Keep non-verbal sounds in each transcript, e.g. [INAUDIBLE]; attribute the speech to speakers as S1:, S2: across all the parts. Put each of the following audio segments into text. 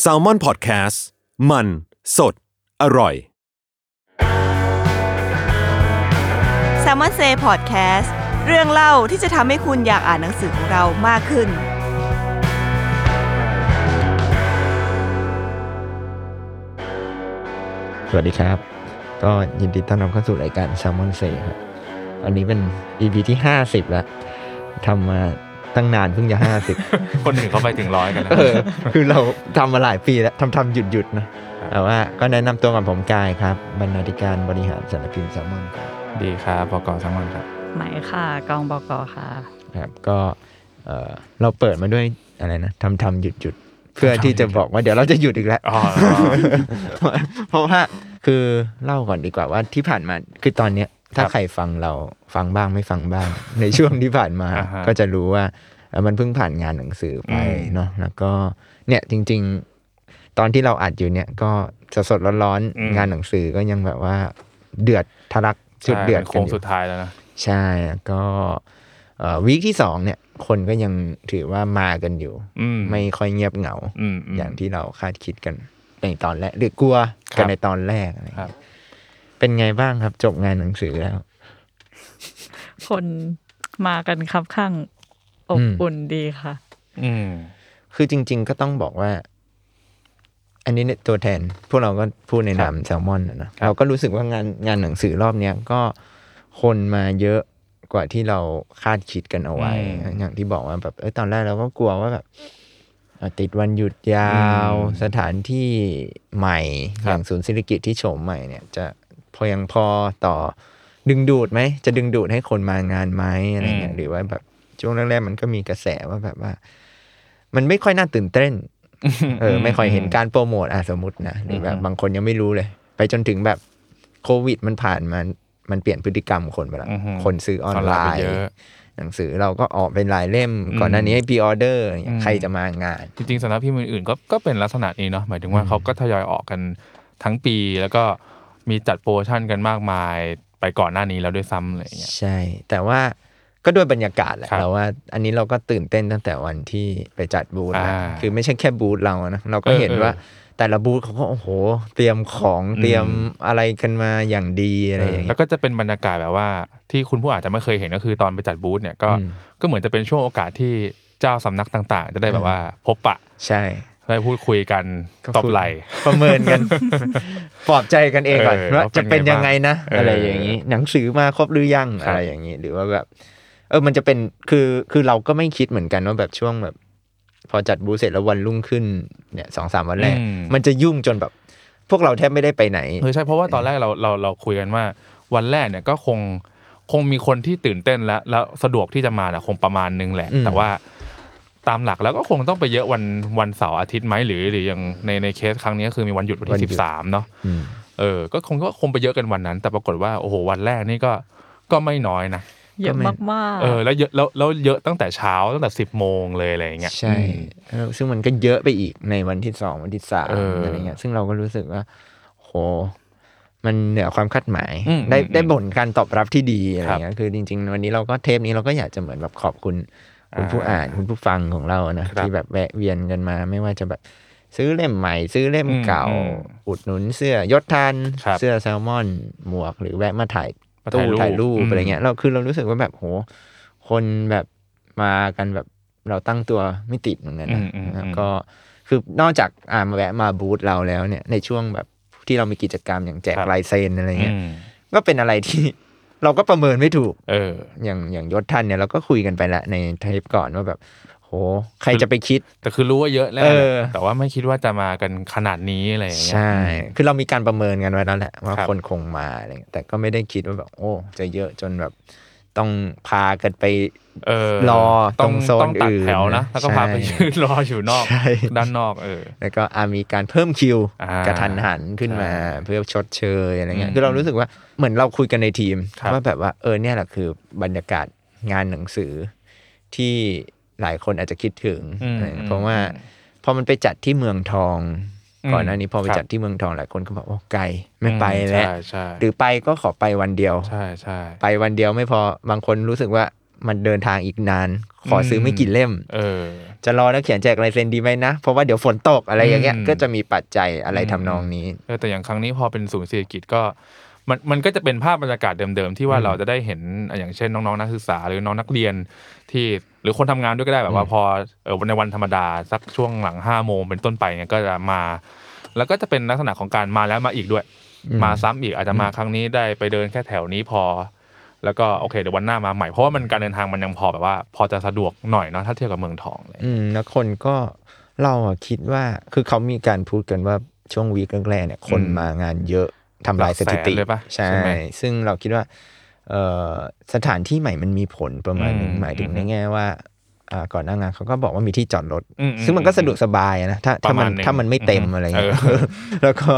S1: แซลมอนพอดแคสต์มันสดอร่อย
S2: s ซ l m o n s a y Podcast เรื่องเล่าที่จะทำให้คุณอยากอ่านหนังสือของเรามากขึ้น
S3: สวัสดีครับ ก็ยินดีต้อนรับเข้าสู่รายการ s ซ l m o n Say ครับอันนี้เป็น EP ที่ 50 แล้วทำมาตั้งนานเพิ่งจะ 50
S4: คนหนึ่งเขาไปถึงร้อยกันแล้ว
S3: เออ [LAUGHS] คือเราทำมาหลายปีแล้วทำทำหยุดหยุดๆนะแต่ว่าก็แนะนำตัวกับผมกายครับ บรรณาธิการบริหารสารพิมพ์ s ซ l m o n ครับ
S4: ดีครับบกสามวันครับ
S5: ไหมค่ะ กองบกค่ะ
S3: ครับก็เออเราเปิดมาด้วยอะไรนะทำทำหยุดหยุดๆ เพื่อที่จะบอกว่าเดี๋ยวเราจะหยุดอีกแล้ว
S4: อ๋อ
S3: [LAUGHS] เพราะว่าคือเล่าก่อนดีกว่าว่าที่ผ่านมาคือตอนเนี้ยถ้า
S4: ครับ
S3: ใครฟังเราฟังบ้างไม่ฟังบ้าง ในช่วงที่ผ่านมา
S4: อ่าฮะ
S3: ก็จะรู้ว่าเอ่อมันเพิ่งผ่านงานหนังสือไป
S4: อืม
S3: เนาะแล้วก็เนี่ยจริง ๆ ตอนที่เราอัดอยู่เนี่ยก็สดสดๆร้อนๆงานหนังสือก็ยังแบบว่าเดือดทะลักสุดเดือด
S4: ใช่โค้
S3: กันอ
S4: ง
S3: ยู่
S4: สุดท้ายแล้วนะ
S3: ใช่แล้วก็วีคที่สองเนี่ยคนก็ยังถือว่ามากันอยู่
S4: อืม
S3: ไม่ค่อยเงียบเหงา
S4: อืมม
S3: อย่างที่เราคาดคิดกันในตอนแรกหรือกลัว
S4: ครั
S3: กับ นในตอนแรกอะไร
S4: ครับ
S3: เงี้ยเป็นไงบ้างครับจบงานหนังสือแล้ว
S5: คนมากันครับข้างอบอุ่นดีค่ะ
S4: อืม
S3: คือจริง ๆ ก็ต้องบอกว่า อันนี้เนี่ยตัวแทน พวกเราก็พูดในนามแซลมอนนะนะเราก็รู้สึกว่างานงานหนังสือรอบเนี้ยก็คนมาเยอะกว่าที่เราคาดคิดกันเอาไว้
S4: อืม
S3: อย่างที่บอกว่าแบบเอยตอนแรกเราก็กลัวว่าแบบอ่ะติดวันหยุดยาว
S4: อืม
S3: สถานที่ใหม่
S4: ครับ
S3: อย่างศูนย์ศิริกิจที่โฉมใหม่เนี่ย จะพอยังพอต่อดึงดูดไหม จะดึงดูดให้คนมางานไหมอะไรเงี้ย
S4: อืม
S3: หรือว่าแบบช่วงแรกๆมันก็มีกระแสว่าแบบว่า มันไม่ค่อยน่าตื่นเต้น เอ
S4: [LAUGHS]
S3: อ ไม่ค่อยเห็นการโปรโมทอ่ะสมมตินะ หรือแบบ
S4: อืม
S3: บางคนยังไม่รู้เลย ไปจนถึงแบบโควิดมันผ่านมันมันเปลี่ยนพฤติกรรมคนไปแล้ว
S4: อือฮึ
S3: คนซื้อออนไล
S4: ป
S3: น์
S4: เยอะ
S3: หนังสือเราก็ออกเป็นรายเล่ม
S4: อืม
S3: ก่อนหน้านี้ให้พรีออเดอร์อย่างเงี้ย
S4: อืม
S3: ใครจะมางาน
S4: จริงๆสำนักพิมพ์อื่นๆก็ก็เป็นลักษณะนี้เนาะหมายถึงว่า
S3: อืม
S4: เขาก็ทยอยออกกันทั้งปี แล้วก็มีจัดโปรโมชั่นกันมากมายไปก่อนหน้านี้แล้วด้วยซ้ำอะไรอย่างเงี้ย
S3: ใช่ แต่ว่าก็ด้วยบรรยากาศแหละ
S4: ครับ
S3: เราว่า อันนี้เราก็ตื่นเต้นตั้งแต่วันที่ไปจัดบูธแล้ว
S4: อ่า
S3: คือไม่ใช่แค่บูธเรานะเราก็
S4: เออ
S3: เห็นว่า
S4: เออ
S3: แต่ละบูธเขาก็โอ้โห เตรียมของ
S4: อืม
S3: เตรียมอะไรกันมาอย่างดีอะไรอย่าง
S4: แล้
S3: เงี้
S4: วย ก็จะเป็นบรรยากาศแบบว่าที่คุณผู้อาจจะไม่เคยเห็นก็คือตอนไปจัดบูธเนี่ยก็
S3: อืม
S4: ก็เหมือนจะเป็นช่วงโอกาสที่เจ้าสำนักต่าง ๆ จะได้แบบว่าพบปะ
S3: ใช่
S4: ได้พูดคุยกัน
S3: ก็
S4: ตบไหล
S3: คือประเมินกัน [LAUGHS] ปลอบใจกันเองก่อน
S4: เออ
S3: ว่า
S4: ว่าเป็
S3: จะ
S4: น
S3: เป็นยังไงนะ
S4: ไงบ้าง
S3: อะไรอย่างนี้ หนังสือมาครบหรือยัง
S4: ครับ
S3: อะไรอย่างนี้ หรือว่าแบบ เออมันจะเป็นคือคือเราก็ไม่คิดเหมือนกันว่าแบบช่วงแบบ พอจัดบูธเสร็จแล้ววันรุ่งขึ้นเนี่ยสองสามวันแรก
S4: อืม
S3: มันจะยุ่งจนแบบ พวกเราแทบไม่ได้ไปไหน
S4: เออใช่เพราะว่าตอนแรกเราเราเราคุยกันว่า วันแรกเนี่ยก็คงคงมีคนที่ตื่นเต้นแล้วแล้วสะดวกที่จะมาน่ะคงประมาณนึงแหละ
S3: อืม
S4: แต่ว่าตามหลักแล้วก็คงต้องไปเยอะวันวันเสาร์อาทิตย์ไหมหรือหรืออย่างในในเคสครั้งนี้ก็คือมีวันหยุดวันที่สิบสามเนาะ
S3: อืม
S4: เออก็คงก็คงไปเยอะกันวันนั้น แต่ปรากฏว่าโอ้โหวันแรกนี่ก็ก็ไม่น้อยนะ
S5: เยอะมาก
S4: เออแล้วเยอะแล้วแล้วเยอะตั้งแต่เช้าตั้งแต่สิบโมงเลยอะไรอย่างเงี้ย
S3: ใช่เออซึ่งมันก็เยอะไปอีกในวันที่สองวันที่สาม
S4: เอออ
S3: อะไรเงี้ย ซึ่งเราก็รู้สึกว่า โห มันเหนือความคาดหมาย
S4: อืม
S3: ได้
S4: อืม
S3: ได้บ่นการตอบรับที่ดีอะไร
S4: ครับ
S3: เงี้ย คือจริง ๆ วันนี้เราก็เทปนี้เราก็อยากจะเหมือนแบบขอบคุณคุณผู้อ่านคุณผู้ฟังของเรานะครับ ที่แบบแวะเวียนกันมา ไม่ว่าจะแบบซื้อเล่มใหม่ ซื้อเล่ม
S4: อืม
S3: เก่า
S4: อืม
S3: อุดหนุนเสื้อยศทัน
S4: ครับ
S3: เสื้อแซลมอน หมวกหรือแวะมาถ่าย
S4: มา
S3: ตู้ถ่ายรูป
S4: ม
S3: อะไรเงี้ยเราคือเรารู้สึกว่าแบบโหคนแบบมากันแบบ เราตั้งตัวไม่ติดเหมือนกันนะ
S4: อืมอืมอืม
S3: แล้วก็คือนอกจากอ่ามาแวะมาบูธเราแล้วเนี่ยในช่วงแบบที่เรามีกิจกรรมอย่างแจกลายเซ็นอะไรเงี้ย
S4: อืม
S3: ก็เป็นอะไรที่ เราก็ประเมินไม่ถูก
S4: เออ
S3: อย่างอย่างยศท่านเนี่ยเราก็คุยกันไปละในเทปก่อนว่าแบบ โห ใครจะไปคิด
S4: แต่คือรู้ว่าเยอะแล้ว
S3: เออ
S4: แต่ว่าไม่คิดว่าจะมากันขนาดนี้อะไรอย่างเงี้ย
S3: ใช่ คือเรามีการประเมินกันไว้แล้วแหละว่า
S4: ครับ
S3: คนคงมาอะไรเงี้ยแต่ก็ไม่ได้คิดว่าแบบ โอ้ จะเยอะจนแบบต้องพากันไป
S4: เออ
S3: รอต
S4: ต้
S3: ร
S4: อง
S3: งโซน
S4: ต้องตัด
S3: อื่น
S4: แถวนะ แล้วก็พาไป
S3: ใช่
S4: ยืนรออยู่นอก
S3: ใช่
S4: ด้านนอก เออ
S3: แล้วก็อามีการเพิ่มคิว
S4: อ่าก
S3: ระทันหันขึ้นมา
S4: ใช่
S3: เพื่อชดเชยอะไรเงี้ย
S4: อืม
S3: คือเรารู้สึกว่าเหมือนเราคุยกันในทีม
S4: ครับ
S3: ว่าแบบว่าเออเนี่ยแหละคือบรรยากาศงานหนังสือที่หลายคนอาจจะคิดถึง
S4: อืม
S3: อะไรเงี้ยเพราะว่า พอมันไปจัดที่เมืองทอง
S4: อืม
S3: ก่อนหน้านี้พอไป
S4: ครับ
S3: จัดที่เมืองทองหลายคนก็บอกโอ้ไกลไม่ไป
S4: อืม
S3: แล้ว
S4: ใช่ใช่
S3: หรือไปก็ขอไปวันเดียว
S4: ใช่ใช่
S3: ไปวันเดียวไม่พอบางคนรู้สึกว่ามันเดินทางอีกนาน ขอซื้อไม่กี่เล่ม
S4: เออ
S3: จะรอแล้วเขียนแจกลายเซ็นดีไหมนะ เพราะว่าเดี๋ยวฝนตกอะไรอย่างเงี้ย
S4: อืม
S3: ก็จะมีปัจจัยอะไรทำนองนี้
S4: เออแต่อย่างครั้งนี้พอเป็นศูนย์เศรษฐกิจก็ มันมันก็จะเป็นภาพบรรยากาศเดิมๆ ที่ว่า
S3: อืม
S4: เราจะได้เห็นอ่ะอย่างเช่นน้องๆนักศึกษาหรือน้องนักเรียนที่หรือคนทำงานด้วยก็ได้แบบว่าพอเออในวันธรรมดาสักช่วงหลังห้าโมงเป็นต้นไปเนี่ยก็จะมา แล้วก็จะเป็นลักษณะของการมาแล้วมาอีกด้วย
S3: อืม
S4: มาซ้ำอีกอาจจะมาครั้งนี้ได้ไปเดินแค่แถวนี้พอ แล้วก็โอเคเดี๋ยววันหน้ามาใหม่เพราะว่ามันการเดินทางมันยังพอแบบว่า พอจะสะดวกหน่อยเนาะถ้าเทียบกับเมืองทองเลย
S3: อืมแล้วคนก็เราอะคิดว่าคือเขามีการพูดกันว่าช่วงวีคแรกๆเนี่ยคน
S4: อืม
S3: มางานเยอะทำลายสถิติ
S4: หลักแสนเลยปะ
S3: ใช่
S4: ใช่ไหม
S3: ซึ่งเราคิดว่าเอ่อสถานที่ใหม่มันมีผลประมาณหนึง
S4: อืม
S3: หมายถึง
S4: อืม
S3: ในแง่ว่าอ่าก่อนหน้างานเขาก็บอกว่ามีที่จอดรถ
S4: อืมอืม
S3: ซึ่งมันก็สะดวกสบายอะนะถ้า
S4: ป
S3: ถ้า
S4: ระ
S3: มั
S4: มาณ
S3: น
S4: หนึ่ง
S3: ถ้ามันไม่เต็ม
S4: อืม
S3: อะไรเงี้ย
S4: เออ
S3: [LAUGHS] แล้วก็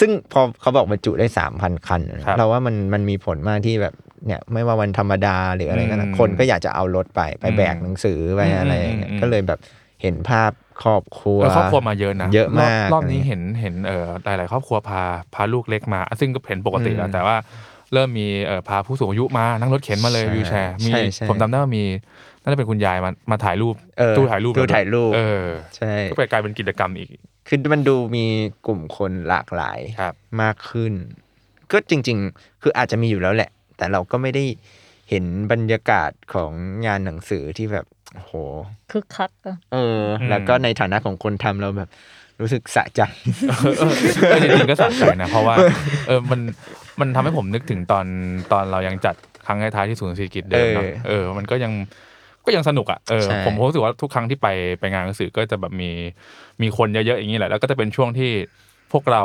S3: ซึ่งพอเขาบอกบรรจุได้สามพันคันนะครับ เราว่ามันมันมีผลมากที่แบบเนี่ยไม่ว่าวันธรรมดาหรืออะไรก็ตาม
S4: อืม
S3: คนก็อยากจะเอารถไปไปแบก
S4: อืม
S3: หนังสือไปอะไรอย่างเงี้ย
S4: อืมอืมอืม
S3: ก็เลย แบบเห็นภาพครอบครัว
S4: แล้วครอบครัวมาเยอะนะ
S3: เยอะมาก
S4: รอบรอบนี้
S3: อะไรเงี้ย
S4: เห็นเห็นเอ่อหลาย ๆ ครอบครัวพาพาลูกเล็กมาอ่ะซึ่งก็เห็นปกติแล้
S3: อื
S4: ว
S3: ม
S4: แต่ว่าเริ่มมีเอ่อพาผู้สูงอายุมานั่งรถเข็นมาเลย
S3: ใช่
S4: วิวแชร์มี
S3: ใช่ใช่
S4: ผมจำได้ว่ามีน่าจะเป็นคุณยายมามาถ่ายรูป
S3: เออ
S4: ตู้ถ่ายรูป
S3: ตู้ถ่ายรูป
S4: เออ
S3: ใช่
S4: ก็ไปกลายเป็นกิจกรรมอีก
S3: คือมันดูมีกลุ่มคนหลากหลาย
S4: ครับ
S3: มากขึ้น ก็จริง ๆ คืออาจจะมีอยู่แล้วแหละ แต่เราก็ไม่ได้เห็นบรรยากาศของงานหนังสือที่แบบโอ้โห
S5: คึกคักอะ
S3: เออ
S4: อืม
S3: แล้วก็ในฐานะของคนทำเราแบบรู้สึกสะใจ
S4: เออเออเออจริงๆก็สะใจนะ เพราะว่าเออมันมันทำให้ผมนึกถึงตอนตอนเรายังจัดครั้งท้ายๆที่ศูนย์เศรษฐกิจเดิมเนอะ
S3: เออ
S4: เออมันก็ยังก็ยังสนุกอ่ะเออ
S3: ใช่
S4: ผมผมรู้สึกว่าทุกครั้งที่ไปไปงานหนังสือก็จะแบบมีมีคนเยอะๆอย่างนี้แหละแล้วก็จะเป็นช่วงที่พวกเรา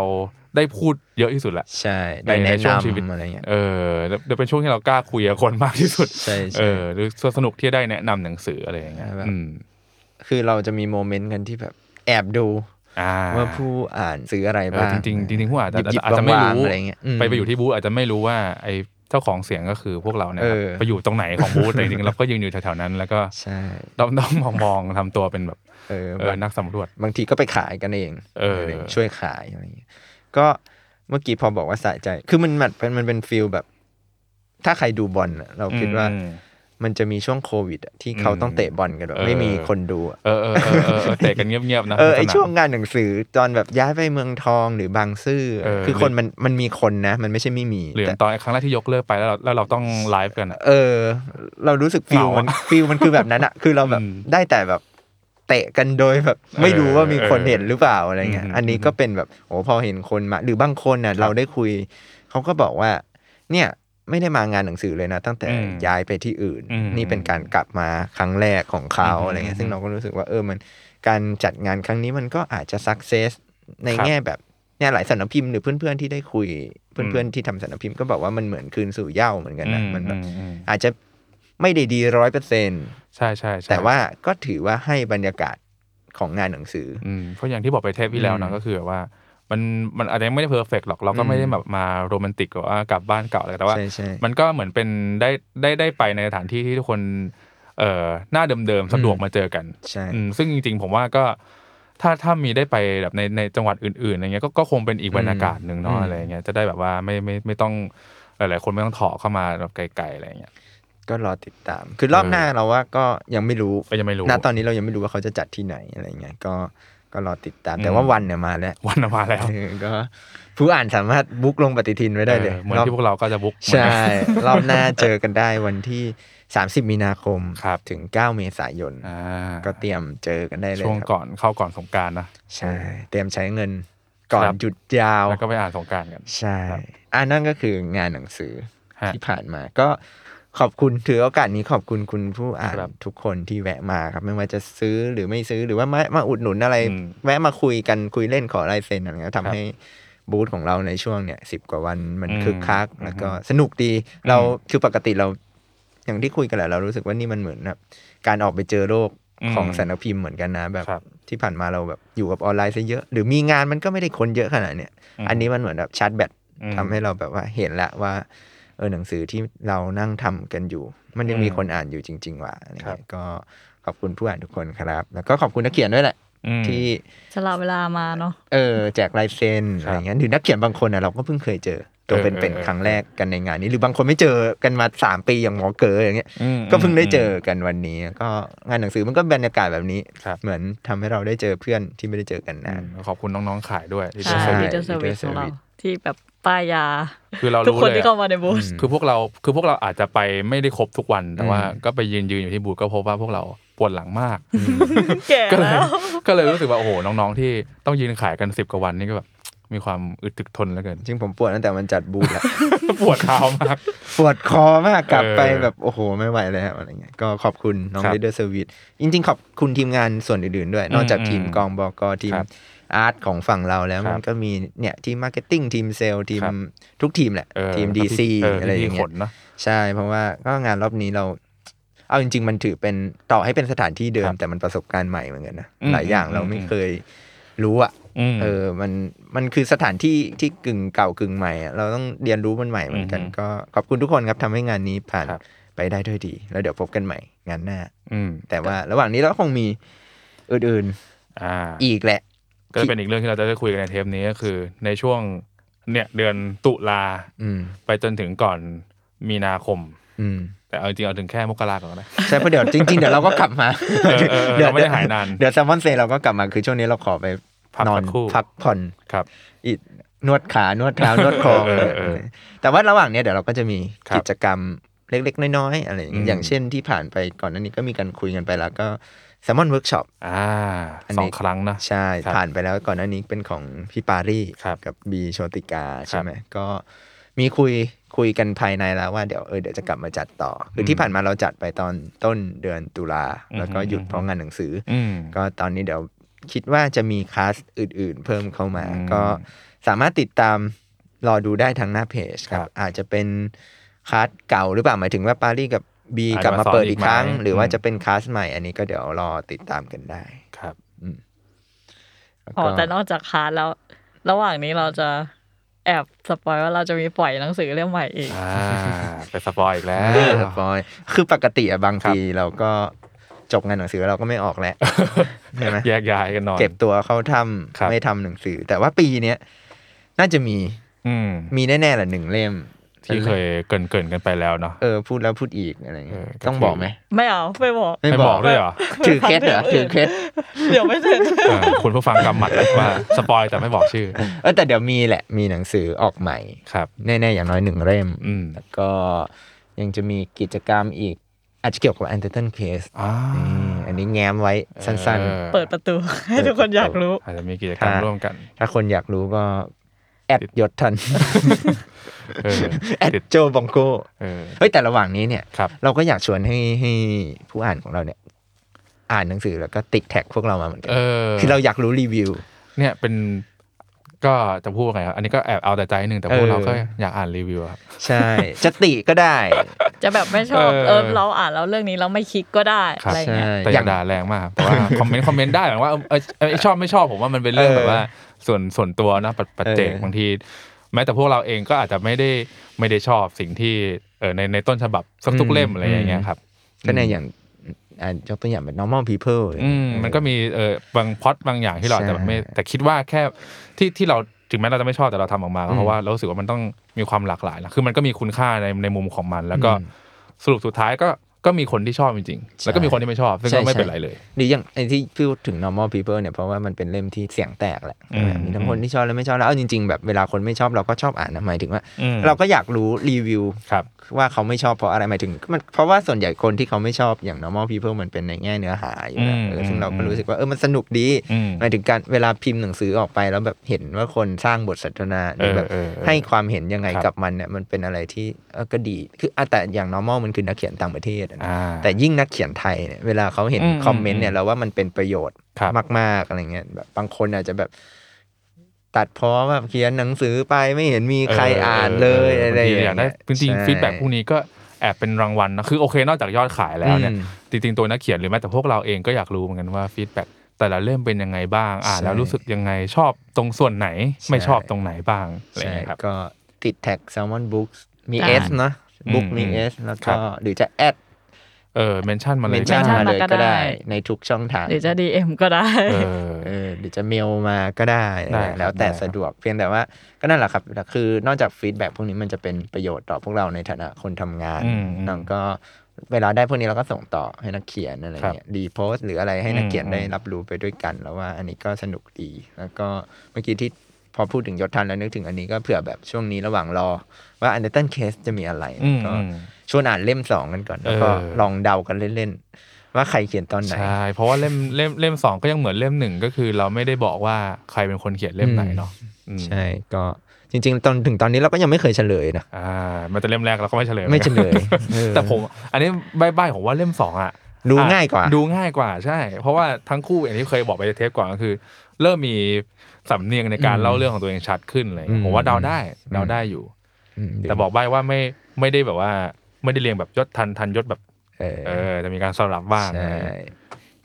S4: ได้พูดเยอะที่สุดละ
S3: ใช่ได้
S4: ใน
S3: แนะ
S4: ช่วงชีวิต
S3: นำอะไรเงี้ย
S4: เออแล้วแล้วเป็นช่วงที่เรากล้าคุยกับคนมากที่สุด
S3: ใช่ใช่
S4: เออหรือสนุกที่ได้แนะนำหนังสืออะไรอย่างเงี้ย
S3: ใช่ครับ
S4: อืม
S3: คือเราจะมีโมเมนต์กันที่แบบแอบดู
S4: อ่า
S3: ว่าผู้อ่านซื้ออะไร
S4: เออ
S3: บ้าง
S4: จริงๆจริงๆผู้อาจจะ
S3: หยิบๆ
S4: อาจจะไม่
S3: วาง
S4: รู้
S3: ๆอะไรเงี้ยม
S4: ไปไปอยู่ที่บูธอาจจะไม่รู้ว่าไอ้เจ้าของเสียงก็คือพวกเราเนี่ยครับ
S3: เออ
S4: ไปอยู่ตรงไหนของบูธแต่จริงๆเราก็ยืนอยู่แถวๆนั้น แล้วก็
S3: ใช่
S4: ด้อมๆมองๆทำตัวเป็นแบบ
S3: เออ
S4: เอ
S3: แบ
S4: อบ นักสำรวจ
S3: บางทีก็ไปขายกันเอง
S4: เออ
S3: ไรช่วยขายอะไรอย่างเงี้ยก็เมื่อกี้พอบอกว่าสะใจ คือมันมันเป็นมันเป็นฟิลแบบ ถ้าใครดูบอลน่ะเราคิดว่า
S4: อืม
S3: มันจะมีช่วงโควิดอะที่เขาต้องเตะบอลกันแบบ
S4: เออ
S3: ไม่มีคนดูอะ
S4: เออเออเออเออเออเตะกันเงียบๆนะ
S3: เออไอ
S4: ในสนาม
S3: ช่วงงานหนังสือตอนแบบย้ายไปเมืองทองหรือบางซื่อ
S4: เออ
S3: คือคนมันมันมีคนนะ มันไม่ใช่ไม่มี
S4: หรือ
S3: แต่
S4: ตอนครั้งแรกที่ยกเลิกไปแล้วเราแล้วเราต้องไลฟ์กันอะ
S3: เออ เรารู้สึกฟิล
S4: เหงาอะ
S3: มันฟิลมันคือแบบนั้น
S4: [LAUGHS]
S3: อะคือเราแบบ
S4: อืม
S3: ได้แต่แบบเตะกันโดยแบบ ไม่รู้ว่ามีคนเห็นหรือเปล่าอะไรเงี้ย
S4: อืม
S3: อันนี้ก็เป็นแบบโอ้พอเห็นคนมา หรือบางคนน่ะเราได้คุย เขาก็บอกว่า เนี่ยไม่ได้มางานหนังสือเลยนะ ตั้งแต่
S4: อืม
S3: ย้ายไปที่อื่น
S4: อืม
S3: นี่เป็นการกลับมาครั้งแรกของเขา
S4: อืม
S3: อะไรเงี้ยซึ่ง
S4: อืม
S3: เราก็รู้สึกว่าเออมันการจัดงานครั้งนี้มันก็อาจจะสักเซสใน
S4: ครับ
S3: แง่แบบเนี่ยหลายสำนักพิมพ์หรือเพื่อนๆที่ได้คุย เพื่อนๆที่ทำสำนักพิมพ์ก็บอกว่ามันเหมือนคืนสู่เหย้าเหมือนกันนะ
S4: อืม
S3: มันแบบ
S4: อืมอืม
S3: อาจจะไม่ได้ดีร้อยเปอร์เซ็น
S4: ใช่ใช่ใช่
S3: แต่ว่าก็ถือว่าให้บรรยากาศของงานหนังสือ
S4: อืมเพราะอย่างที่บอกไปเทปที่แล้วเนอะ
S3: อืม
S4: ก็คือแบบว่า มันมันอาจจะยังไม่ได้เพอร์เฟกหรอกเราก็ไม่ได้แบบมาโรแมนติกหรือว่ากลับบ้านเก่าอะไรแต่ว่า
S3: ใช่ใช่
S4: มันก็เหมือนเป็นได้ได้ได้ไปในสถานที่ที่ทุกคนเอ่อหน้าเดิมๆสะดวกมาเจอกัน
S3: ใช่
S4: อืมซึ่งจริงๆ ผมว่าก็ถ้าถ้ามีได้ไปแบบในในจังหวัดอื่นๆอะไรเงี้ยก็ก็คงเป็นอีกบรรยากาศหนึ่ง
S3: อื
S4: เนาะ
S3: ม
S4: อะไรเงี้ยจะได้แบบว่าไม่ไม่ไม่ต้องหลายๆคนไม่ต้องถอเข้ามาแบบไกลๆอะไรเงี้ย
S3: ก็รอติดตาม คือรอบ
S4: เออ
S3: หน้าเราว่าก็ยังไม่รู้
S4: ก็ยังไม่รู้
S3: ณตอนนี้เรายังไม่รู้ว่าเขาจะจัดที่ไหนอะไรเงี้ย ก็ ก็รอติดตาม
S4: อืม
S3: แต่ว่าวันเนี่ยมาแล้ว
S4: วันน่ะมาแล้ว
S3: เออ [LAUGHS] ก็ผู้อ่านสามารถบุ๊กลงปฏิทินไว้ได้เลย
S4: ออเหมือน
S3: รอบ
S4: ที่พวกเราก็จะบุ๊กเหมือน
S3: ใช่ [LAUGHS]
S4: กัน
S3: รอบหน้าเจอกันได้วันที่ 30 มีนาคม
S4: ครับ
S3: ถึง 9 เมษายน
S4: อ่า
S3: ก็เตรียมเจอกันได้เลย
S4: ช่วง
S3: ครับ
S4: ก่อนเข้าก่อนสงกรารนะ
S3: ใช่ เตรียมใช้เงินก่อน
S4: ครับ
S3: หยุดยาว
S4: แล้วก็ไปอ่านสงกรารกัน
S3: ใช่
S4: ครับ
S3: อันนั่นก็คืองานหนังสือ
S4: ฮะ
S3: ที่ผ่านมา ก็ขอบคุณถือโอกาสนี้ขอบคุณคุณผู้อ่าน
S4: ครับ
S3: ทุกคนที่แวะมาครับ ไม่ว่าจะซื้อหรือไม่ซื้อหรือว่ามามาอุดหนุนอะไร
S4: อืม
S3: แวะมาคุยกันคุยเล่นขอลายเซ็นอะไรเงี้ย
S4: ครับ
S3: ทำให้บูธของเราในช่วงเนี่ยสิบกว่าวันมัน
S4: อืม
S3: คึกคัก แล้วก็สนุกดี เราคือปกติเราอย่างที่คุยกันแหละเรารู้สึกว่านี่มันเหมือนแบบการออกไปเจอโลก
S4: อืม
S3: ของสารพิมพ์เหมือนกันนะแบบ
S4: ครับ
S3: ที่ผ่านมาเราแบบอยู่กับออนไลน์ซะเยอะ หรือมีงานมันก็ไม่ได้คนเยอะขนาดเนี้ย
S4: อืม
S3: อันนี้มันเหมือนแบบชาร์จแบต
S4: อืม
S3: ทำให้เราแบบว่าเห็นละว่า เออหนังสือที่เรานั่งทำกันอยู่ มันยังมี
S4: อืม
S3: คนอ่านอยู่จริง ๆ ว่ะอะไร
S4: ครั
S3: เงี้
S4: บ
S3: ยก็ขอบคุณผู้อ่านทุกคนครับ แล้วก็ขอบคุณนักเขียนด้วยแหละ
S4: อืม
S3: ที่
S5: สละเวลามาเนาะ
S3: เออแจกลายเซ็น
S4: ค
S3: อะ
S4: รับ
S3: ไรเงี้ยหรือนักเขียนบางคนอ่ะเราก็เพิ่งเคยเจอตัว
S4: เออ
S3: เป็น
S4: เออ
S3: ๆครั้งแรกกันในงานนี้ หรือบางคนไม่เจอกันมาสามปีอย่างหมอเก๋ออย่างเงี้ย
S4: อืม
S3: ก็เพิ่งได้เจอ
S4: ม
S3: กันวันนี้ ก็งานหนังสือมันก็บรรยากาศแบบนี้
S4: ครับ
S3: เหมือนทำให้เราได้เจอเพื่อนที่ไม่ได้เจอกัน
S4: อื
S3: นาน
S4: มขอบคุณน้องๆขายด้วยที่
S5: ใช่
S4: ได้เซอร์วิส
S5: เจอเซอร์
S3: Leader
S5: วิสของเรา
S3: Service
S5: ที่แบบป้ายยา
S4: คือเรา
S5: ทุก
S4: รู้
S5: คน
S4: เลย
S5: ที่เข้า
S4: อะ
S5: มาในบูธ
S4: คือพวกเราคือพวกเราอาจจะไปไม่ได้ครบทุกวัน แต่ว่า
S3: อืม
S4: ก็ไปยืนยืนอยู่ที่บูธก็พบว่าพวกเราปวดหลัง
S5: [LAUGHS]
S4: มาก
S5: แก่
S4: ก็เล
S5: แล้
S4: ยว ก็เลยรู้สึกว่าโอ้โหน้องๆที่ต้องยืนขายกันสิบกว่าวันนี่ก็แบบมีความอึดถึกทนเหลือเกิน
S3: จริงผมปวดตั้งแต่มันจัดบูธแล้ว
S4: ปวดเท้ามาก
S3: ปวดคอมากกลับไป
S4: เออ
S3: แบบ โอ้โห ไม่ไหวแล้วอะไรเงี้ยก็ขอบคุณน้อง
S4: ครับ
S3: เลดเดอร์เซอร์วิสจริง ๆ ขอบคุณทีมงานส่วนอื่น ๆ ด้วย นอกจาก
S4: อืม
S3: ทีมกองบอกอทีม
S4: ครับ
S3: อาร์ตของฝั่งเราแล้ว
S4: ครับ
S3: มันก็มีเนี่ยทีมมาร์เก็ตติ้งทีมเซลทีม
S4: ครับ
S3: ทุกทีมแหละ
S4: เออ
S3: ทีมดีซี
S4: เ
S3: อะไรอ
S4: ที่
S3: ย่าง
S4: ข
S3: เงี้ย
S4: นนะ
S3: ใช่ เพราะว่าก็งานรอบนี้เรา เอาจริง ๆ มันถือเป็นต่อให้เป็นสถานที่เดิม
S4: ครับ
S3: แต่มันประสบการณ์ใหม่เหมือนกันนะ
S4: อืม
S3: หลายอย่าง
S4: อืม
S3: เราไม่
S4: อืม
S3: เคยรู้อะ
S4: ม
S3: เออ มัน มันคือสถานที่ที่กึ่งเก่ากึ่งใหม่อะเราต้องเรียนรู้มันใหม่เหมือนกัน
S4: อือฮึ
S3: ก็ขอบคุณทุกคนครับทำให้งานนี้ผ่าน
S4: ครับ
S3: ไปได้ด้วยดี แล้วเดี๋ยวพบกันใหม่งานหน้า
S4: ม
S3: แต่ว่าระหว่างนี้เราก็คงมีอื่น
S4: อ่า
S3: ๆ อีกแหละ
S4: ก็จะเป็นอีกเรื่องที่เราจะได้คุยกันในเทปนี้ก็คือ ในช่วงเนี่ยเดือนตุลา
S3: อืม
S4: ไปจนถึงก่อนมีนาคม
S3: อืม
S4: แต่เอาจริงๆเอาถึงแค่มกราก่อนก็ได้
S3: ใช่เพราะเดี๋ยวจริงๆ เดี๋ยวเราก็กลับมา
S4: เออเออเออเราไม่ได้หายนาน
S3: เดี๋ยวแซมมอนเซเราก็กลับมาคือช่วงนี้เราขอไป
S4: พัก
S3: นอ
S4: สั
S3: น
S4: กครู่
S3: พักผ่อน
S4: ครับ
S3: อีกนวดขานวด
S4: [LAUGHS]
S3: เท้านวดคอ
S4: เออเออ
S3: แต่ว่าระหว่างเนี้ยเดี๋ยวเราก็จะมี
S4: ครับ
S3: กิจกรรมเล็กๆ น้อยๆอะไรอย่างเงี้ย
S4: อืม
S3: อย่างเช่นที่ผ่านไปก่อนหนั้นนี้ก็มีการคุยกันไปแล้วก็ s ซมมอนเวิร์กช็อป
S4: อ่า
S3: อัน
S4: ส
S3: นี้
S4: องครั้งนะ
S3: ใช่
S4: ครับ
S3: ผ่านไปแล้วก่อนหน้านี้เป็นของพี่ปารี
S4: ครับ
S3: กับบีโชติกาใช่ไหมก็มีคุยคุยกันภายในแล้วว่าเดี๋ยวเออเดี๋ยวจะกลับมาจัดต่อคืออ
S4: ม
S3: ที่ผ่านมาเราจัดไปตอนต้นเดือนตุลาแล้วก็หยุด
S4: อืม
S3: เพราะงานหนังสืออ
S4: อืม
S3: ก็ตอนนี้เดี๋ยวคิดว่าจะมีคลาสอื่นๆ เพิ่มเข้ามา
S4: อืม
S3: ก็สามารถติดตามรอดูได้ทางหน้าเพจค
S4: ครั
S3: รั
S4: บบ
S3: อาจจะเป็นคลาสเก่าหรือเปล่าหมายถึงว่าปารีกับบี
S4: อา
S3: ก
S4: จจะ
S3: ลับมาเปิดอีก
S4: มาสอนอีก
S3: ครั้ง
S4: ไหม
S3: หรือว่า
S4: อืม
S3: จะเป็นคลาสใหม่ อันนี้ก็เดี๋ยวรอติดตามกันได้
S4: ครับ
S3: แล้ว
S5: อ๋อ
S3: ก็
S5: แต่นอกจากคาร์ดแล้ว ระหว่างนี้เราจะแอบสปอยว่าเราจะมีปล่อยหนังสือเล่มใหม่อีก
S4: อ่าไปสปอยอีกแล้ว
S3: เออสปอยคือปกติอะบาง
S4: ครับ
S3: ทีเราก็จบงานหนังสือเราก็ไม่ออก [LAUGHS] แหละ ใช่ไหม
S4: แยกย้ายกันนอน
S3: เก็บตัวเข้าท
S4: ครั
S3: ำ
S4: บ
S3: ไม่ทำหนังสือ แต่ว่าปีเนี้ยน่าจะมี
S4: อืม
S3: มีแน่ๆแหละหนึ่งเล่ม
S4: ที่เคยเกรินเกรินๆกันไปแล้วเนาะ
S3: เออพูดแล้วพูดอีกอะไรเงี้ย
S4: เออก็
S3: ต้อง
S4: คือ
S3: บอกไหม
S5: ไม่เอาไม่บอก
S4: ไม่บอกด้วยเหรอ
S3: ถือเคส
S4: [LAUGHS]
S3: เหรอ
S5: ไม่บอก
S3: ถือเคส
S5: เดี๋ยวไม่เสร็จ
S4: เออคุณผู้ฟังกำหมัดเลยว่าสปอยแต่ไม่บอกชื่อ
S3: เออแต่เดี๋ยวมีแหละมีหนังสือออกใหม่
S4: ครับ
S3: แน่ๆอย่างน้อยหนึ่งเล่ม
S4: อืม
S3: แล้วก็ยังจะมีกิจกรรมอีก อาจจะเกี่ยวกับแอนเดอร์ตันเคส
S4: อ่า
S3: อันนี้แง้มไว้สั้น
S4: ออ
S5: เปิดประตู ให้ทุกคนอยากรู้
S4: อาจจะมีกิจกรรม
S3: ค่ะ
S4: ร่วมกัน
S3: ๆ ถ้าคนอยากรู้ก็แอดยศทัน
S4: เออ
S3: [LAUGHS] แอด
S4: ติด
S3: โจบองโก
S4: เออ
S3: เฮ้ยแต่ระหว่างนี้เนี่ย
S4: ครับ
S3: เราก็อยากชวนให้ให้ผู้อ่านของเราเนี่ย อ่านหนังสือแล้วก็ติดแท็กพวกเรามาเหมือนกั
S4: เออ
S3: คือเราอยากรู้รีวิว
S4: เนี่ยเป็นก็จะพูดว่าไงครับอันนี้ก็แอบเอาแต่ใจนิดนึงแต่พวก
S3: เออ
S4: เราก็อยากอ่านรีวิวครับ
S3: ใช่ [LAUGHS] จะติก็ได้
S5: จะแบบไม่ชอบ
S4: เออ
S5: เออเราอ่านแล้วเรื่องนี้เราไม่คลิกก็ได้
S4: ครั
S5: อะ
S4: บ
S5: ไรเงี้ย
S4: แต่อย่าด่าแรงมากแต่ว่าคอมเมนต์คอมเมนต์ได้แบบว่าเออเออชอบไม่ชอบผมว่ามันเป็นเรื่อง
S3: เออ
S4: แบบว่าส่วนส่วนตัวนะปัจปัจเจก
S3: เออ
S4: บางที แม้แต่พวกเราเองก็อาจจะไม่ได้ไม่ได้ชอบสิ่งที่เออในในต้นฉบับสักทุกเล่มอะไรอย่างเงี้ยครับ
S3: ก็ในอย่างอ่ายกตัวอย่างแบบ normal people
S4: อืม
S3: เออ
S4: มันก็มีเออบางพล็อดบางอย่างที่เราอาจจะแบบไม่
S3: ใช่
S4: แต่คิดว่าแค่ที่ที่เราถึงแม้เราจะไม่ชอบแต่เราทำออกมาก็เพราะว่าเรารู้สึกว่ามันต้องมีความหลากหลายนะคือมันก็มีคุณค่าในในมุมของมัน แล้วก็
S3: อืม
S4: สรุปสุดท้ายก็ ก็มีคนที่ชอบจริงๆ แล้วก็มีคนที่ไม่ชอบซึ่งก็ไม่
S3: ใช่
S4: เป็นไรเลย
S3: หรืออย่างไอ้ที่พูดถึง normal people เนี่ยเพราะว่ามันเป็นเล่มที่เสียงแตกแหละ
S4: อืม
S3: มีทั้งคนที่ชอบและไม่ชอบแล้วเอาจริงๆแบบเวลาคนไม่ชอบเราก็ชอบอ่านนะหมายถึงว่า
S4: อืม
S3: เราก็อยากรู้รีวิว
S4: ครับ
S3: ว่าเขาไม่ชอบเพราะอะไรหมายถึงมันเพราะว่าส่วนใหญ่คนที่เขาไม่ชอบอย่าง normal people มันเป็นในแง่เนื้อหาอยู่แล้ว
S4: อืม
S3: เออซึ่งเราก็
S4: อืม
S3: รู้สึกว่าเออมันสนุกดี
S4: อืม
S3: หมายถึงการเวลาพิมพ์หนังสือออกไปแล้วแบบเห็นว่าคนสร้างบทสนทนาหรือแบบ
S4: เออเออเออ
S3: ให้ความเห็นยังไง
S4: ครับ
S3: กับมันเนี่ยมันเป็นอะไรที่เออก็ดีคืออ่ะแต่อย่าง normal มันคือนักเขียนต่างประเทศอะนะ
S4: อ่า
S3: แต่ยิ่งนักเขียนไทยเนี่ยเวลาเขาเห็น
S4: อืม
S3: คอมเมนต์เนี่ย
S4: อืม
S3: เราว่ามันเป็นประโยชน์
S4: ครับ
S3: มาก ๆ อะไรเงี้ยแบบบางคนอาจจะแบบตัดเพราะว่าเขียนหนังสือไปไม่เห็นมีใครอ่านเลยอะไร
S4: าง
S3: อ
S4: ที
S3: ย่าง
S4: อ
S3: เงี้
S4: ยากได้
S3: ย
S4: จริง
S3: ใช่
S4: ๆฟีดแบ็กพวกนี้ก็แอบเป็นรางวัลนะคือโอเคนอกจากยอดขายแล้วเนี่ย
S3: อืม
S4: จริงๆตัวนักเขียนหรือแม้แต่พวกเราเองก็อยากรู้เหมือนกันว่าฟีดแบ็กแต่ละเล่มเป็นยังไงบ้างอ่าน
S3: ใช่
S4: แล้วรู้สึกยังไงชอบตรงส่วนไหนไม่
S3: ใช่
S4: ชอบตรงไหนบ้างอะไรอ
S3: ใช่
S4: ย่างเงี้ยครับ
S3: ก็ติดแท็ก Salmon Books มี
S5: อ่า
S3: S เนอะบุ๊กมี
S4: อืม
S3: S แล้ว
S4: ครั
S3: ก็
S4: บ
S3: หรือจะแอด
S4: เออเมนชั่นมาเล
S3: เม
S4: ย
S3: นชั่น
S5: ก็ได้
S3: มาเลยก็
S5: ก็
S3: ได้
S5: ได้
S3: ในทุกช่องทาง
S5: หรือจะดีเอ็มก็ได้
S4: เออ
S3: เออหรือจะเมลมาก็ได้
S4: ได้
S3: แล้วแต่
S4: ครับ
S3: สะดวกเพียงแต่ว่าก็นั่นแหละครับคือนอกจากฟีดแบ็กพวกนี้มันจะเป็นประโยชน์ต่อพวกเราในฐานะคนทำงาน
S4: อืม
S3: เราก็เวลาได้พวกนี้เราก็ส่งต่อให้นักเขียนอะไรเงี้ยรีโพสต์หรืออะไรให้นักเขียน
S4: อืม
S3: ได้รับรู้ไปด้วยกัน แล้วว่าอันนี้ก็สนุกดี แล้วก็เมื่อกี้ที่พอพูดถึงยศทันแล้วนึกถึงอันนี้ก็เผื่อแบบช่วงนี้ระหว่างรอ ว่าอันเดอร์ตันเคสจะมีอะไร
S4: อืม
S3: ก็
S4: อืม
S3: ชวนอ่านเล่มสองกันก่อน แล้วก็
S4: เออ
S3: ลองเดากันเล่นๆ ว่าใครเขียนตอนไหน
S4: ใช่เพราะว่าเล่มเล่มเล่มสองก็ยังเหมือนเล่มหนึ่งก็คือเราไม่ได้บอกว่าใครเป็นคนเขียนเล่มไหนเนาะอืม
S3: ใช่ก็จริง ๆ ตอนถึงตอนนี้เราก็ยังไม่เคยเฉลยนะ
S4: อ่ามันจะเล่มแรกเราก็ไม่เฉลย
S3: ไม่เฉลยเออ
S4: [LAUGHS] แต่ผม อันนี้ใบ้ๆผมว่าเล่มสองอ่ะ
S3: ดูง่ายกว่า
S4: อ่ะดูง่ายกว่าใช่ เพราะว่าทั้งคู่อย่างที่เคยบอกไปในเทปก่อนก็คือ เริ่มมีสำเนียงในการ
S3: อืม
S4: เล่าเรื่องของตัวเองชัดขึ้นเลย
S3: อืม
S4: ผมว่าเดาได้
S3: อืม
S4: เดาได้อยู่
S3: มดู
S4: แต่บอกใบ้ว่าไม่ไม่ได้แบบว่า ไม่ได้เรียงแบบยศทันทันยศแบบ
S3: เออ
S4: เออจะมีการสลับบ้าง
S3: ใช่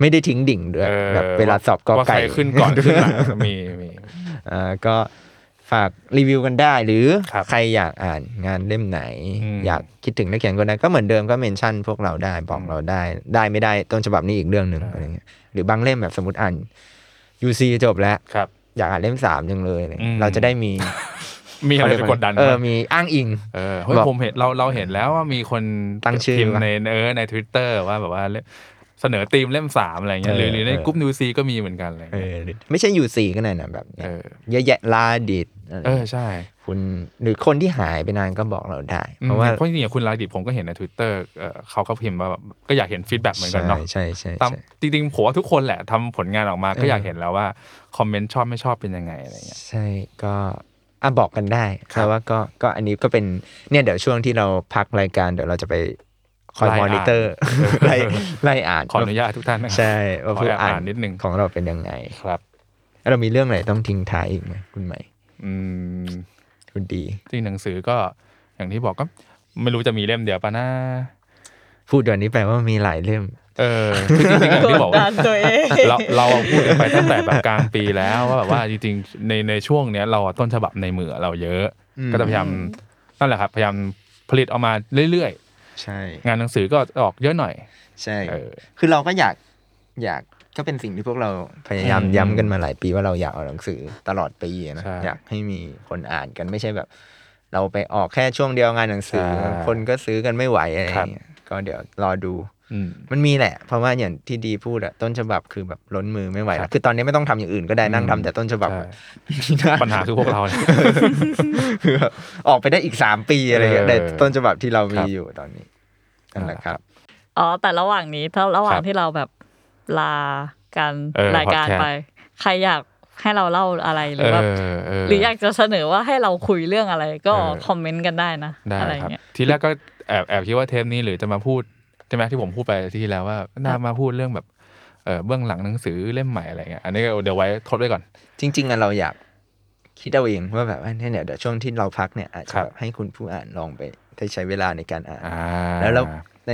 S3: ไม่ได้ทิ้งดิ่งด้วย
S4: เออ
S3: แบบเวลาสอบกอ
S4: ว่า
S3: ไก่
S4: ใครขึ้น
S3: [LAUGHS]
S4: ก่อนขึ้นหลังมีมี
S3: เอ่อก็ฝากรีวิวกันได้หรือ
S4: ครับ
S3: ใครอยากอ่านงานเล่มไหน
S4: อืม
S3: อยากคิดถึงนักเขียนคนนั้นก็เหมือนเดิมก็เมนชั่นพวกเราได้บอกเราได้ ได้ไม่ได้ต้นฉบับนี้อีกเรื่องหนึ่ง
S4: ใช่
S3: อะไรเงี้ยหรือบางเล่มแบบสมมติอ่าน UC จบแล้ว
S4: ครับ
S3: อยากอ่านเล่มสามจังเลยอะไร
S4: อื
S3: เงี้ย
S4: ม
S3: เราจะได้มี
S4: มีอะไรไปกดดัน
S3: เออ
S4: ไหม
S3: มีอ้างอิง
S4: เออเฮ้ย
S3: บอก
S4: ผมเห็นเราเราเห็นแล้วว่ามีคน
S3: ตั้งชื่อ
S4: พิมพ์
S3: มา
S4: ในเออในทวิตเตอร์ว่าแบบว่าเล่มเสนอธีมเล่มสามอะไรเงี้ยหรือหรือใน
S3: เออ
S4: กลุ่มนิวซีก็มีเหมือนกันอะไร
S3: เอ
S4: เงี้ย
S3: อไม่ใช่ UC ก็ได้นะแบบเนี้
S4: เอย อ
S3: เยอะแยะลาดิดอะไร
S4: เออ
S3: เงี้ย
S4: ใช่
S3: คุณหรือคนที่หายไปนานก็บอกเราได้
S4: เพ
S3: เพ
S4: ราะ
S3: ราะ
S4: ว่า
S3: ว่า
S4: เพราะจริงๆอย่างคุณลายดิบผมก็เห็นใน Twitter เอ่อเขาก็พิมพ์ว่าแบบก็อยากเห็นฟีดแบ็กเหมือนกันเนาะ
S3: ใช่ใช่
S4: ตาม
S3: ใช่
S4: จริงๆผมว่าทุกคนแหละทำผลงานออกมา
S3: เอ
S4: ก็
S3: อ
S4: อ
S3: อ
S4: ยากเห็นแล้วว่า คอมเมนต์ชอบไม่ชอบเป็นยังไงอะไรเงี้ย
S3: ใช่ก็อ่ะบอกกันได้แต่ว่าก็ก็อันนี้ก็เป็นเนี่ยเดี๋ยวช่วงที่เราพักรายการเดี๋ยวเราจะไปคอย
S4: ไล่
S3: มอ
S4: อ่าน
S3: นิเตอร์ไล่ไล่อ่าน
S4: ขออนุญาตทุกท่านนะครับ
S3: ใช่ว่า
S4: ขอ
S3: ผู้
S4: แอบ
S3: อ่า
S4: อ่าน
S3: น
S4: นิดนึง
S3: ของเราเป็นยังไง
S4: ครับ
S3: แล้วเรามีเรื่องไหนต้องทิ้งท้ายอีกไหมคุณใหม่
S4: อืม
S3: คุณดี
S4: จริงหนังสือก็อย่างที่บอกก็ไม่รู้จะมีเล่มเดียวปะนะ
S3: พูดวันนี้แปลว่ามีหลายเล่ม
S4: เออคือจริงๆอย่างที่บอกว่า
S5: [LAUGHS] นตัวเอง
S4: เราเราอะพูดกันไปตั้งแต่แบบกลางปีแล้วว่าแบบว่าจริงๆในในช่วงเนี้ยเราอะต้นฉบับในมือเราเยอะ
S3: อืม
S4: ก็จะพยายามนั่นแหละครับพยายามผลิตออกมาเรื่อย
S3: ใช่
S4: ๆ งานหนังสือก็ออกเยอะหน่อย
S3: ใช่
S4: เออ
S3: คือเราก็อยากอยากก็เป็นสิ่งที่พวกเราพยายาม
S4: อืม
S3: ย้ำกันมาหลายปีว่าเราอยากเอาหนังสือตลอดปีอะนะ
S4: ใช่
S3: อยากให้มีคนอ่านกันไม่ใช่แบบ เราไปออกแค่ช่วงเดียวงานหนังสือ
S4: ใช่
S3: คนก็ซื้อกันไม่ไหวอะไร
S4: ครับ
S3: เงี้ยก็เดี๋ยวรอดู
S4: อืม
S3: มันมีแหละ เพราะว่าอย่างที่ดีพูดอะต้นฉบับคือแบบล้นมือไม่ไหว
S4: ครั
S3: แล้
S4: บ
S3: วคือตอนนี้ไม่ต้องทำอย่างอื่นก็ได้นั่งทำแต่ต้นฉบับ
S4: ใช่
S3: นะ
S4: ปัญหาคือพวกเราเนี่ย
S3: คือแบบออกไปได้อีกสามปีอะไรเงี้ย
S4: เออ
S3: ในต้นฉบับที่เรา
S4: ค
S3: มี
S4: รับ
S3: อยู่ตอนนี้นั่นแหละครับ
S5: อ๋อแต่ระหว่างนี้ถ้าระหว่า
S4: ค
S5: ง
S4: รับ
S5: ที่เราแบบลาการ
S4: เออ
S5: รายการ
S4: podcast
S5: ไป ใครอยากให้เราเล่าอะไรหรือแบบ
S4: เห
S5: รืออยากจะเสนอว่าให้เราคุยเรื่องอะไรก็คอมเมนต์กันได้นะ
S4: ได้
S5: อะไร
S4: ครับ
S5: เงี้ย
S4: ทีแรกก็แอบแอบคิดว่าเทปนี้หรือจะมาพูดใช่ไหมที่ผมพูดไปที่แล้วว่าน่ามาพูดเรื่องแบบเออเบื้องหลังหนังสือเล่มใหม่อะไรเงี้ยอันนี้ก็เดี๋ยวไว้ทดไว้ก่อน
S3: จริงๆอะเราอยากคิดเอาเองว่าแบบว่าเนี่ยเดี๋ยวช่วงที่เราพักเนี่ยอาจจะ
S4: ครับ
S3: แบบให้คุณผู้อ่านลองไปได้ใช้เวลาในการอ่าน
S4: อ่า
S3: แล้วเราใน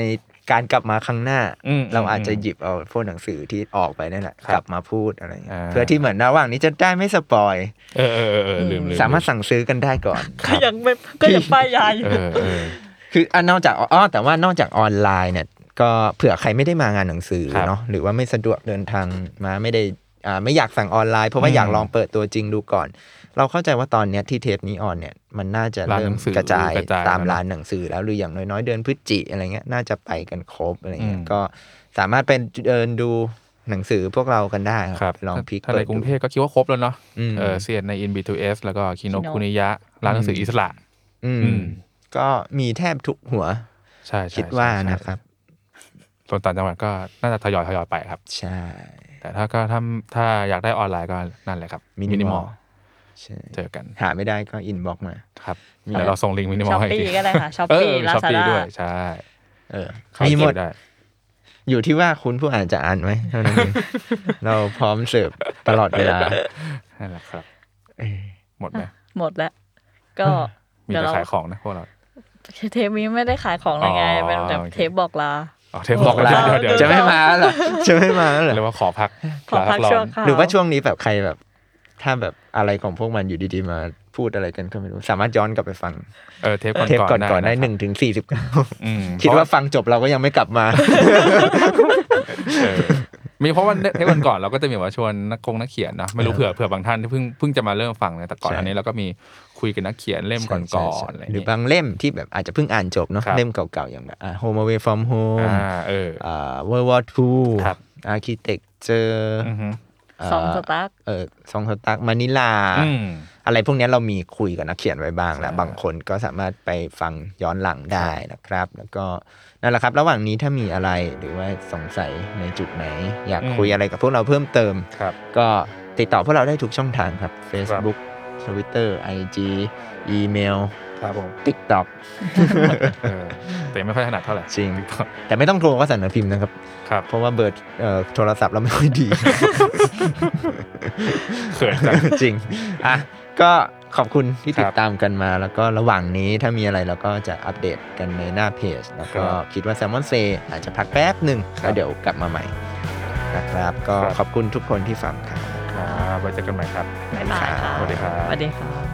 S3: การกลับมาครั้งหน้า
S4: อืม
S3: เราอาจจะหยิบเอาพวกหนังสือที่ออกไปนั่นแหละ
S4: ครับ
S3: กลับมาพูดอะไรเงี้ย
S4: อ่า
S3: เพื่อที่เหมือนระหว่างนี้จะได้ไม่สปอย
S4: เออเออเออเออลืมลืม
S3: สามารถสั่งซื้อกันได้ก่อน
S5: ก็ยังไม่ก็ยังป้ายยาอยู่
S4: เออเออ
S3: คืออันนอกจากอ๋อแต่ว่านอกจากออนไลน์เนี่ย ก็เผื่อใครไม่ได้มางานหนังสือ
S4: ครับ
S3: เนาะหรือว่าไม่สะดวกเดินทางมาไม่ได้ อ่าไม่อยากสั่งออนไลน์เพราะว่า
S4: อืม
S3: อยากลองเปิดตัวจริงดูก่อน เราเข้าใจว่าตอนเนี้ยที่เทปนี้ออนเนี่ยมันน่าจะ
S4: ร้าน
S3: เริ่
S4: หนั
S3: ม
S4: งสือก
S3: ระจาย
S4: กระจาย
S3: ตาม
S4: แล้วนะ
S3: ร้านหนังสือแล้วหรืออย่างน้อยๆเดือนพฤศจิอะไรเงี้ยน่าจะไปกันครบอะไรเงี้ย
S4: อืม
S3: ก็สามารถไปเดินดูหนังสือพวกเรากันได้ครับลองพลิก
S4: ถ้า
S3: เปิ
S4: ใน
S3: ด
S4: กรุงเท
S3: ดู
S4: พก็คิดว่าครบแล้วเนาะ
S3: อืม
S4: เออเซียนใน NB2S แล้วก็คิโน
S5: Kino
S4: คุนิยะ ร้านหนังสืออิสระ
S3: อืม
S4: อืม
S3: ก็มีแทบทุกหัว
S4: ใช่ใช่
S3: คิดว่า
S4: ใช่ใช่
S3: นะครับ
S4: ส่วนต่างจังหวัดก็น่าจะทยอยทยอยไปครับ
S3: ใช่
S4: แต่ถ้าก็ถ้าถ้าอยากได้ออนไลน์ก็นั่นแหละครับ
S3: มินิม
S4: Minimal
S3: อลใช่
S4: เจอกัน
S3: หาไม่ได้ก็อินบ็อกมา
S4: ครับ
S3: มีอะไร
S4: เดี๋ยวเราส่งลิงก์มินิมอลให้ก
S5: Shopee ก็ได้ค่ะ Shopee
S4: เออ
S5: Lazada
S4: Shopee ด้วยใช่
S3: เออ
S4: เข้า
S3: มีหม
S4: เก็
S3: ด
S4: บได้
S3: อยู่ที่ว่าคุณผู้อ่านจะอ่านไหมเท่านั้นเอง
S4: [LAUGHS]
S3: เราพร้อมเสิร์ฟตลอดเวลา
S4: นั่นแหละครับ
S3: เออ
S4: หมดไหม
S5: หมดแล้ว ก็
S4: มี
S5: เดี๋ยว
S4: แต่
S5: เรา
S4: ขายของนะพวกเรา
S5: เทปนี้ไม่ได้ขายของอะไรไง
S4: อ๋อ
S5: เป็นแบบ
S4: โอเค
S5: เทปบอกลา
S4: เอาเทปบอก
S3: ลา
S4: ลาเดี๋ยวเดี๋ยว
S3: จะไม่มาแล้วเหรอจะไม่มาแล้วเหรอ
S4: เรียกว่าขอพัก
S5: ขอพัก
S4: ลา
S5: ชั่ว
S4: ร้น
S5: คราว
S3: หรือว่าช่วงนี้แบบใครแบบ ถ้าแบบอะไรของพวกมันอยู่ดีๆมาพูดอะไรกันก็ไม่รู้ สามารถย้อนกลับไปฟัง
S4: เออเทปก่อน
S3: เทปก่อนก่อนๆได้
S4: ะครับ
S3: หนึ่งถึงสี่สิบเก้า
S4: อืม
S3: คิดว่า
S4: เพระ
S3: ฟังจบเราก็ยังไม่กลับมา
S4: เออมีเพราะว่าเทปก่อนก่อนเราก็จะมีว่าชวนนักคงนักเขียนนะไม่รู้เผื่อเผื่อบางท่านที่เพิ่งเพิ่งจะมาเริ่มฟังเนี่ยแต่ก่อน
S3: ใช่
S4: อันนี้เราก็มีคุยกับนักเขียนเล่มก่อนก่อนอะไร
S3: หรื
S4: เงี้
S3: อย บางเล่มที่แบบอาจจะเพิ่งอ่านจบเนาะ
S4: ครับ
S3: เล่มเก่าๆอย่างแบบอ่ะ Home Away from Home
S4: อ่าเออ
S3: อ่า World War II
S4: ครับ
S3: Architecture
S4: อือฮึ
S3: า
S5: สองสตาร์ก
S3: เออซองสตักมานิลา
S4: อืม
S3: อะไรพวกเนี้ยเรามีคุยกับนักเขียนไว้บ้างแล้ว
S4: ใช่
S3: บางคนก็สามารถไปฟังย้อนหลังได้นะครับ แล้วก็นั่นแหละครับ ระหว่างนี้ถ้ามีอะไรหรือว่าสงสัยในจุดไหน อยากคุยอะไรกับพวกเราเพิ่มเติม
S4: ครับ
S3: ก็ติดต่อพวกเราได้ทุกช่องทางครับ Facebook Twitter IG อีเมล
S4: ครับผม
S3: TikTok
S4: เออแต่ยังไม่ค่อยถนัดเท่าไหร่
S3: จริง
S4: ครับ
S3: แต่ไม่ต้องโทรก็สั่นนะพิมพ์นะครับ
S4: ครับ
S3: เพราะว่าเบอร์เอ่อโทรศัพท์เราไม่ค่อยดี
S4: เขิน
S3: [LAUGHS]
S4: จัง
S3: จริง อ่ะ ก็ขอบคุณที่
S4: ครับ
S3: ติดตามกันมา แล้วก็ระหว่างนี้ถ้ามีอะไรเราก็จะอัปเดตกันในหน้าเพจ แล้วก็
S4: ครับ
S3: คิดว่าแซมมอนเซอาจจะพักแป๊บหนึ่ง
S4: ครับ
S3: แล้วเดี๋ยวกลับมาใหม่นะครับ ก็
S4: ครับ
S3: ขอบคุณทุกคนที่ฟังครับ
S4: ครับไว้เจอกันใหม่ครับ
S5: บ๊ายบายค่ะ
S4: สวัสดีครับ
S5: สวัสดีค่ะ